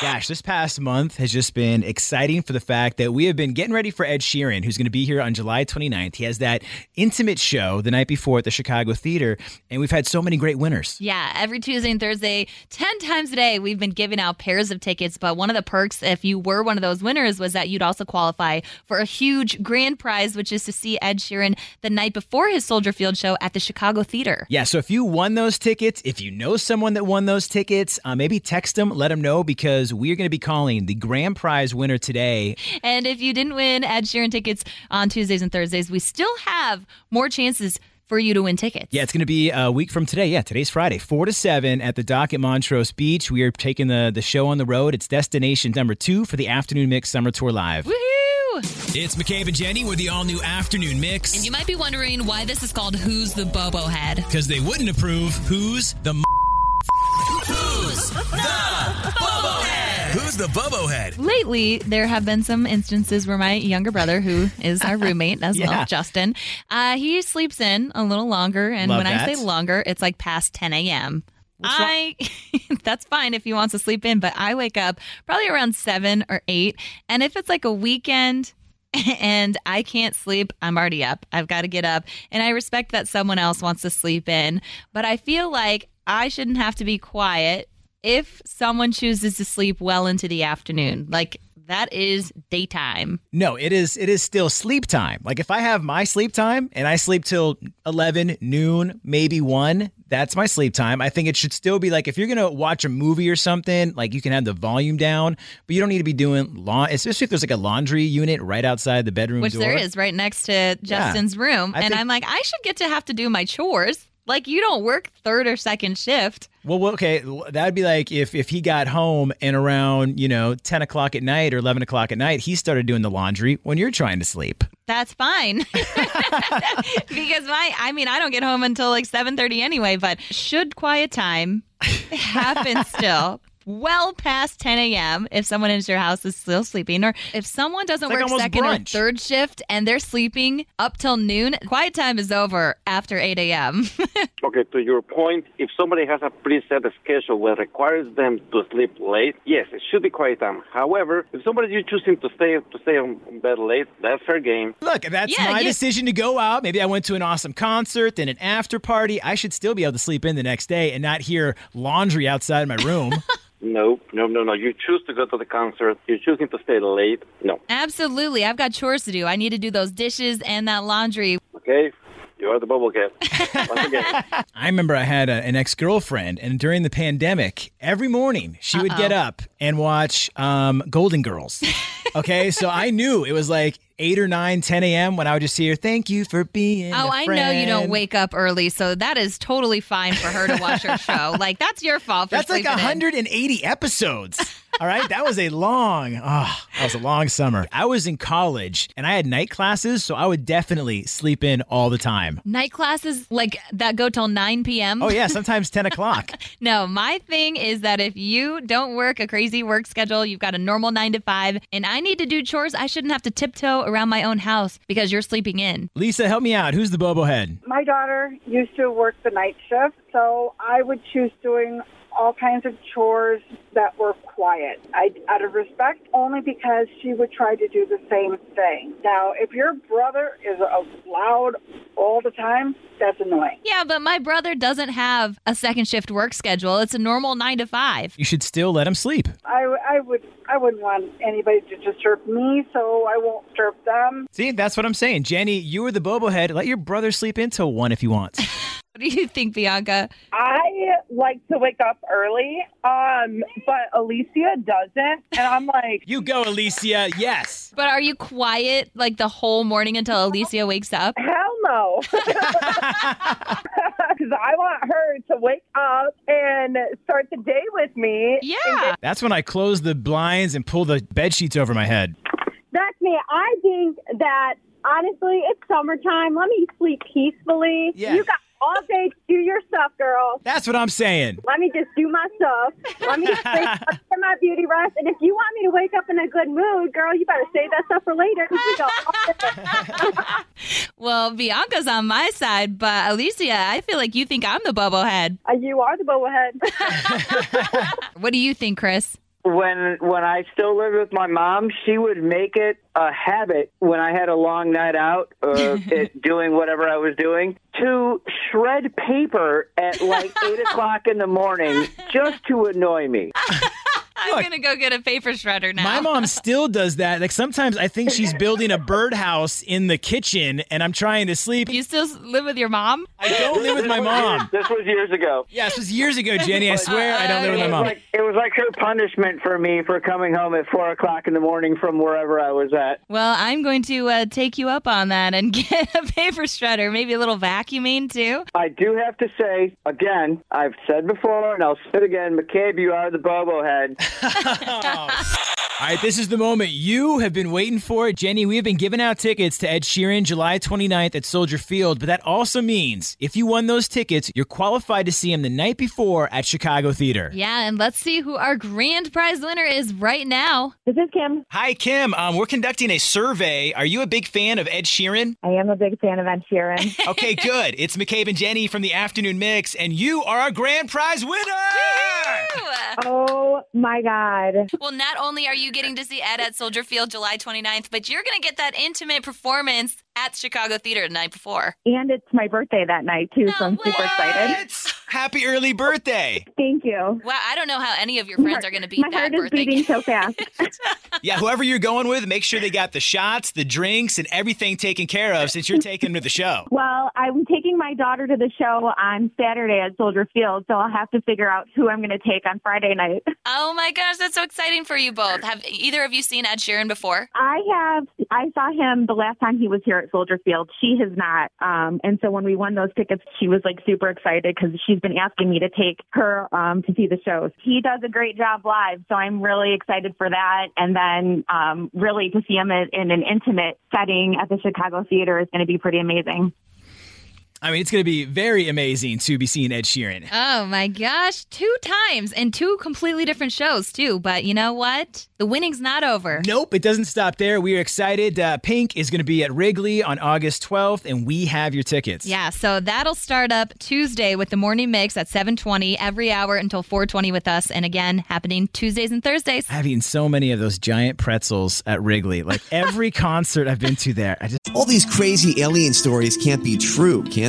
Gosh, this past month has just been exciting for the fact that we have been getting ready for Ed Sheeran, who's going to be here on July 29th. He has that intimate show the night before at the Chicago Theater, and we've had so many great winners. Yeah, every Tuesday and Thursday, 10 times a day, we've been giving out pairs of tickets. But one of the perks, if you were one of those winners, was that you'd also qualify for a huge grand prize, which is to see Ed Sheeran the night before his Soldier Field show at the Chicago Theater. Yeah, so if you won those tickets, if you know someone that won those tickets, uh, maybe text them, let them know because we are going to be calling the grand prize winner today. And if you didn't win Ed Sheeran tickets on Tuesdays and Thursdays, we still have more chances for you to win tickets. Yeah, it's going to be a week from today. Yeah, today's Friday, four to seven at the dock at Montrose Beach. We are taking the the show on the road. It's destination number two for the afternoon mix summer tour live. Woohoo! It's McCabe and Jenny with the all new afternoon mix You might be wondering why this is called Who's the Bobo Head? because they wouldn't approve. Who's the Who's the Bubbo Head? Lately, there have been some instances where my younger brother, who is our roommate as Yeah. well, Justin, uh, he sleeps in a little longer. And Love when I that. say longer, it's like past 10 a.m. I that's fine if he wants to sleep in, but I wake up probably around seven or eight. And if it's like a weekend and I can't sleep, I'm already up. I've got to get up. And I respect that someone else wants to sleep in, but I feel like I shouldn't have to be quiet if someone chooses to sleep well into the afternoon. Like that is daytime. No, it is it is still sleep time. Like if I have my sleep time and I sleep till 11 noon, maybe 1, that's my sleep time. I think it should still be like if you're going to watch a movie or something, like you can have the volume down, but you don't need to be doing lawn especially if there's like a laundry unit right outside the bedroom Which door. there is right next to Justin's room. I and think- I'm like, I should get to have to do my chores. Like, you don't work third or second shift. Well, well, okay, that'd be like if if he got home and around, you know, 10 o'clock at night or 11 o'clock at night, he started doing the laundry when you're trying to sleep. That's fine. because my, I mean, I don't get home until like 7.30 anyway, but should quiet time happen still? Well past 10 a.m. if someone in your house is still sleeping, or if someone It's doesn't like work almost second brunch. or third shift and they're sleeping up till noon, quiet time is over after 8 a.m. Okay, to your point, if somebody has a preset schedule that requires them to sleep late, yes, it should be quiet time. However, if somebody is choosing to stay to stay on on bed late, that's fair game. Look, that's Yeah, my you- decision to go out. Maybe I went to an awesome concert, then an after party. I should still be able to sleep in the next day and not hear laundry outside my room. No, no, no, no. You choose to go to the concert. You're choosing to stay late. No. Absolutely. I've got chores to do. I need to do those dishes and that laundry. Okay? You are the bubble cat. Once again. I remember I had a, an ex girlfriend, and during the pandemic, every morning she would get up and watch um, Golden Girls. Okay, so I knew it was like 8 or 9, 10 a.m. when I would just hear, Thank you for being. Oh, a I know you don't friend." wake up early, so that is totally fine for her to watch her show. Like, that's your fault. For That's like sleeping in. 180 episodes. All right, that was a long, oh, that was a long summer. I was in college and I had night classes, so I would definitely sleep in all the time. Night classes like that go till 9 p.m. Oh yeah, sometimes 10 o'clock. No, my thing is that if you don't work a crazy work schedule, you've got a normal nine to five, and I need to do chores, I shouldn't have to tiptoe around my own house because you're sleeping in. Lisa, help me out. Who's the bobo head? My daughter used to work the night shift, so I would choose doing all kinds of chores that were quiet. I, out of respect, only because she would try to do the same thing. Now, if your brother is uh, loud all the time, that's annoying. Yeah, but my brother doesn't have a second shift work schedule. It's a normal nine to five. You should still let him sleep. I, I would I wouldn't want anybody to disturb me, so I won't disturb them. See, that's what I'm saying. Jenny, you were the bobo head. Let your brother sleep until one if he wants. What do you think, Bianca? I like to wake up early, um, but Alicia doesn't, and I'm like, You go, Alicia. Yes. But are you quiet like the whole morning until Alicia wakes up? hell no, because I want her to wake up and start the day with me. Yeah. That's when I close the blinds and pull the bed sheets over my head. That's me. I think that honestly, it's summertime. Let me sleep peacefully. Yeah. You got all day to do your stuff, girl. That's what I'm saying. Let me just do my stuff. Let me just wake up, get my beauty rest. And if you want me to wake up in a good mood, girl, you better save that stuff for later 'cause we go all day. Well, Bianca's on my side, but Alicia, I feel like you think I'm the bubblehead. Uh, you are the bobblehead. What do you think, Chris? when when I still lived with my mom, she would make it a habit when I had a long night out or it, doing whatever I was doing to shred paper at like eight o'clock in the morning just to annoy me. I'm Look. gonna go get a paper shredder now. My mom still does that. Like sometimes I think she's building a birdhouse in the kitchen and I'm trying to sleep. You still live with your mom? I don't live with my mom. This was years ago. Yeah, this was years ago, Jenny. I swear I don't live with my It was mom. like it was like her punishment for me for coming home at four o'clock in the morning from wherever I was at. Well, I'm going to uh, take you up on that and get a paper shredder, maybe a little vacuuming too. I do have to say again, I've said before and I'll say it again, McCabe, you are the bobo head. All right, this is the moment you have been waiting for. Jenny, we have been giving out tickets to Ed Sheeran July 29th at Soldier Field, but that also means if you won those tickets, you're qualified to see him the night before at Chicago Theater. Yeah, and let's see who our grand prize winner is right now. This is Kim. Hi, Kim. Um, we're conducting a survey. Are you a big fan of Ed Sheeran? I am a big fan of Ed Sheeran. Okay, good. It's McCabe and Jenny from the Afternoon Mix, and you are our grand prize winner! oh my God. Well, not only are you getting to see Ed at Soldier Field July 29th, but you're going to get that intimate performance at Chicago Theater the night before. And it's my birthday that night, too, so I'm super excited. What? Happy early birthday. Thank you. Wow, I don't know how any of your friends are going to beat my that heart is birthday. beating so fast. Yeah, whoever you're going with, make sure they got the shots, the drinks, and everything taken care of since you're taking them to the show. well, I'm taking my daughter to the show on Saturday at Soldier Field, so I'll have to figure out who I'm going to take on Friday night. Oh my gosh, that's so exciting for you both. Have either of you seen Ed Sheeran before? I have. I saw him the last time he was here at Soldier Field. She has not. Um, and so when we won those tickets, she was like super excited because she's been asking me to take her um, to see the shows. He does a great job live, so I'm really excited for that. And then um, really to see him in, in an intimate setting at the Chicago Theater is going to be pretty amazing. I mean, it's going to be very amazing to be seeing Ed Sheeran. Oh my gosh, two times and two completely different shows too. But you know what? The winning's not over. Nope, it doesn't stop there. We are excited. Uh, Pink is going to be at Wrigley on August 12th, and we have your tickets. Yeah, so that'll start up Tuesday with the morning mix at 7:20 every hour until 4:20 with us and again happening Tuesdays and Thursdays. I've eaten so many of those giant pretzels at Wrigley. Like every concert I've been to there, I just All these crazy alien stories can't be true, can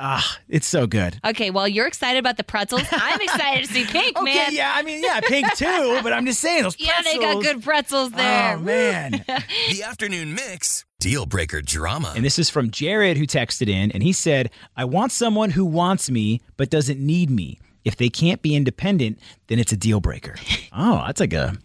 ah, it's so good. Okay, well, you're excited about the pretzels. I'm excited to see Pink, Okay, man. yeah, I mean, yeah, Pink too, but I'm just saying those Yeah, pretzels. they got good pretzels there. Oh man. The afternoon mix, deal breaker drama. And this is from Jared who texted in and he said, I want someone who wants me but doesn't need me. If they can't be independent, then it's a deal breaker. Oh, that's like a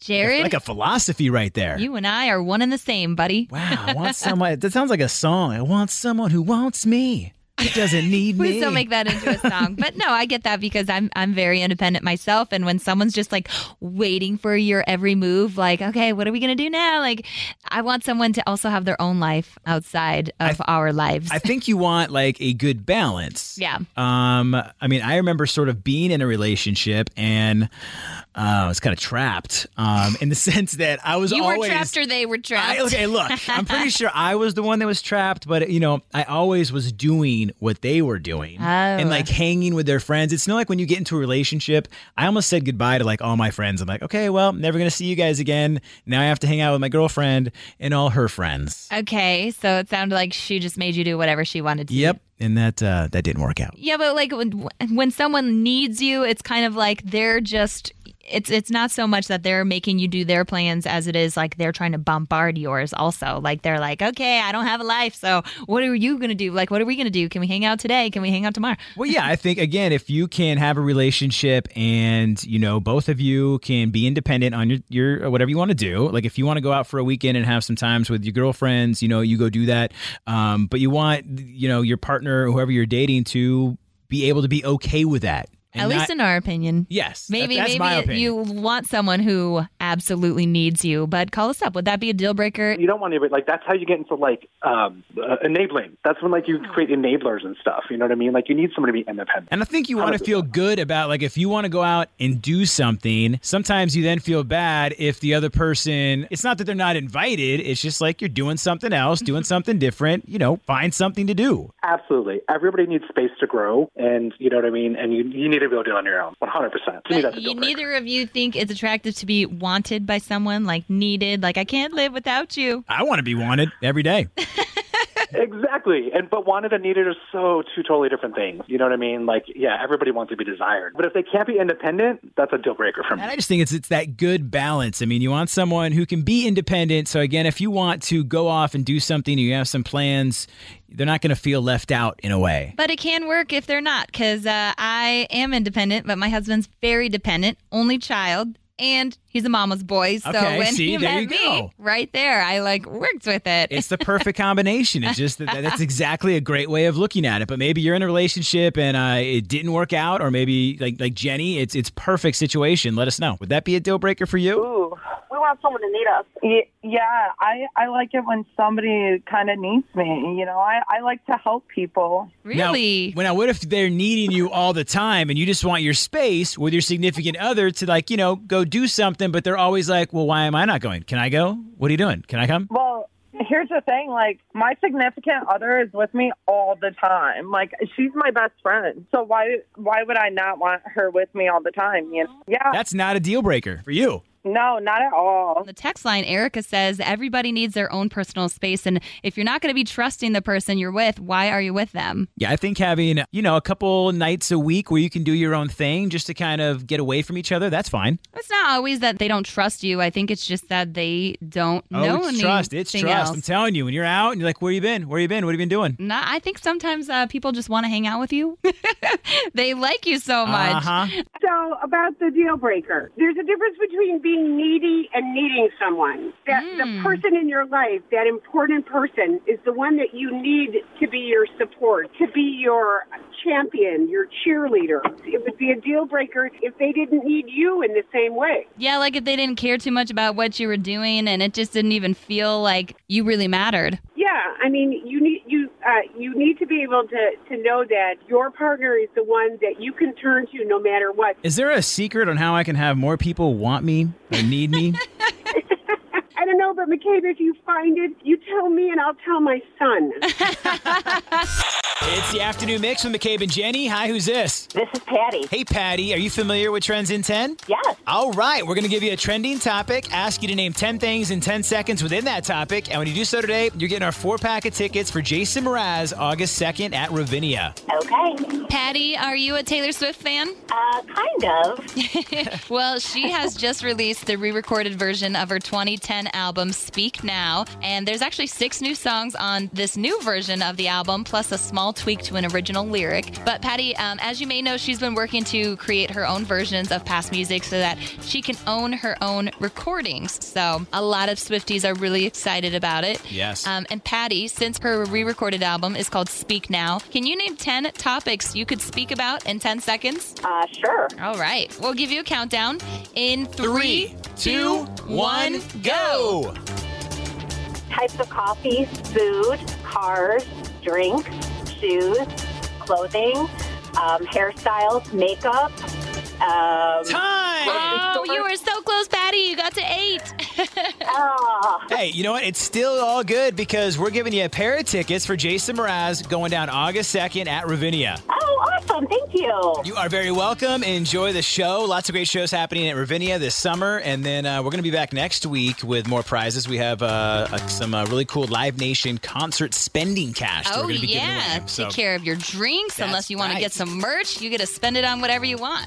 Jared, like a philosophy right there. you and I are one and the same, buddy. wow, I want someone that sounds like a song. I want someone who wants me It doesn't need me. Please don't make that into a song. But no, I get that because I'm I'm very independent myself. And when someone's just like waiting for your every move, like, okay, what are we gonna do now? Like, I want someone to also have their own life outside of our lives. I think you want like a good balance. yeah. Um, I mean, I remember sort of being in a relationship and uh, I was kind of trapped um, in the sense that I was You always were trapped or they were trapped. I, okay, look, I'm pretty sure I was the one that was trapped, but you know, I always was doing what they were doing Oh. and like hanging with their friends. It's not like when you get into a relationship. I almost said goodbye to like all my friends. I'm like, okay, well, never gonna see you guys again. Now I have to hang out with my girlfriend and all her friends. Okay, so it sounded like she just made you do whatever she wanted to. Yep, and that uh, that didn't work out. Yeah, but like when, when someone needs you, it's kind of like they're just it's it's not so much that they're making you do their plans as it is like they're trying to bombard yours also. Like they're like, "Okay, I don't have a life, so what are you going to do? Like what are we going to do? Can we hang out today? Can we hang out tomorrow?" Well, yeah, I think again, if you can have a relationship and you know both of you can be independent on your your uh, whatever you want to do, like if you want to go out for a weekend and have some times with your girlfriends, you know, you go do that. Um, but you want you know your partner, whoever you're dating, to be able to be okay with that. and At least not- in our opinion. yes, that- Maybe that's my maybe opinion. you want someone who absolutely needs you, but call us up. Would that be a deal breaker? You don't want anybody like that's how you get into like um, uh, enabling. That's when like you create enablers and stuff. You know what I mean? Like you need someone to be independent. And I think you want to feel good about like if you want to go out and do something, sometimes you then feel bad if the other person it's not that they're not invited, it's just like you're doing something else, doing something different, you know, find something to do. Absolutely, everybody needs space to grow, and you know what I mean. And you you need to be able to do it on your own, one hundred percent. To me, that's a You, deal breaker. neither of you think it's attractive to be wanted by someone, like needed, like I can't live without you. I want to be wanted every day. Exactly. And but wanted and needed are so two totally different things. You know what I mean? Like, yeah, everybody wants to be desired. But if they can't be independent, that's a deal breaker for me. And I just think it's it's that good balance. I mean, you want someone who can be independent. So again, if you want to go off and do something, you have some plans, they're not going to feel left out in a way. But it can work if they're not, because uh, I am independent, but my husband's very dependent, only child, and he's a mama's boy. So Okay, when see, he there met you me, go. right there, I like worked with it. It's the perfect combination. It's just that that's exactly a great way of looking at it. But maybe you're in a relationship and uh, it didn't work out, or maybe like like Jenny, it's it's perfect situation. Let us know. Would that be a deal breaker for you? We want someone to need us. Y- Yeah, I, I like it when somebody kind of needs me. You know, I, I like to help people. Now, well, now, what if they're needing you all the time and you just want your space with your significant other to like you know go do something, but they're always like, well, why am I not going? Can I go? What are you doing? Can I come? Well, here's the thing like, my significant other is with me all the time. Like, she's my best friend. So why why would I not want her with me all the time? You know? Yeah. That's not a deal breaker for you. no, not at all. On the text line, Erica says everybody needs their own personal space, and if you're not going to be trusting the person you're with, why are you with them? Yeah, I think having, you know, a couple nights a week where you can do your own thing just to kind of get away from each other, that's fine. It's not always that they don't trust you. I think it's just that they don't know Oh, it's trust. It's anything trust. else. I'm telling you, when you're out and you're like, where you been? Where you been? What have you been doing? No, I think sometimes uh, people just want to hang out with you. they like you so much. Uh-huh. So, about the deal breaker, there's a difference between being needy and needing someone. That the person in your life, that important person, is the one that you need to be your support, to be your champion, your cheerleader. It would be a deal breaker if they didn't need you in the same way. Yeah, like if they didn't care too much about what you were doing and it just didn't even feel like you really mattered. Yeah, I mean, you need you uh, you need to be able to to know that your partner is the one that you can turn to no matter what. Is there a secret on how I can have more people want me or need me? I don't know, but McCabe, if you find it, you tell me and I'll tell my son. it's the afternoon mix with McCabe and Jenny. Hi, who's this? This is Patty. Hey, Patty, are you familiar with Trends in 10? Yes. All right, we're going to give you a trending topic, ask you to name 10 things in 10 seconds within that topic. And when you do so today, you're getting our four pack of tickets for Jason Mraz August 2nd at Ravinia. Okay. Patty, are you a Taylor Swift fan? Uh, kind of. well, she has just released the re recorded version of her 2010 album Speak Now. And there's actually six new songs on this new version of the album, plus a small tweak to an original lyric. But Patty, um, as you may know, she's been working to create her own versions of past music so that she can own her own recordings. So a lot of Swifties are really excited about it. Yes. Um, and Patty, since her re recorded album is called Speak Now, can you name 10 topics you could speak about in 10 seconds? Uh, sure. All right. We'll give you a countdown in three, two, one, go. Types of coffee, food, cars, drinks, shoes, clothing, um, hairstyles, makeup. Um, Time! Oh, you were so close, Patty. You got to eight. ah. Hey, you know what? It's still all good because we're giving you a pair of tickets for Jason Mraz going down August 2nd at Ravinia. Oh, awesome. Thank you. You are very welcome. Enjoy the show. Lots of great shows happening at Ravinia this summer. And then uh, we're going to be back next week with more prizes. We have uh, uh, some uh, really cool Live Nation concert spending cash. that Oh, we're gonna be giving yeah. away. So- Take care of your drinks. Unless you want to get some merch, you get to spend it on whatever you want.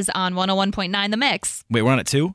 on 101.9 The Mix. Wait, we're on it too?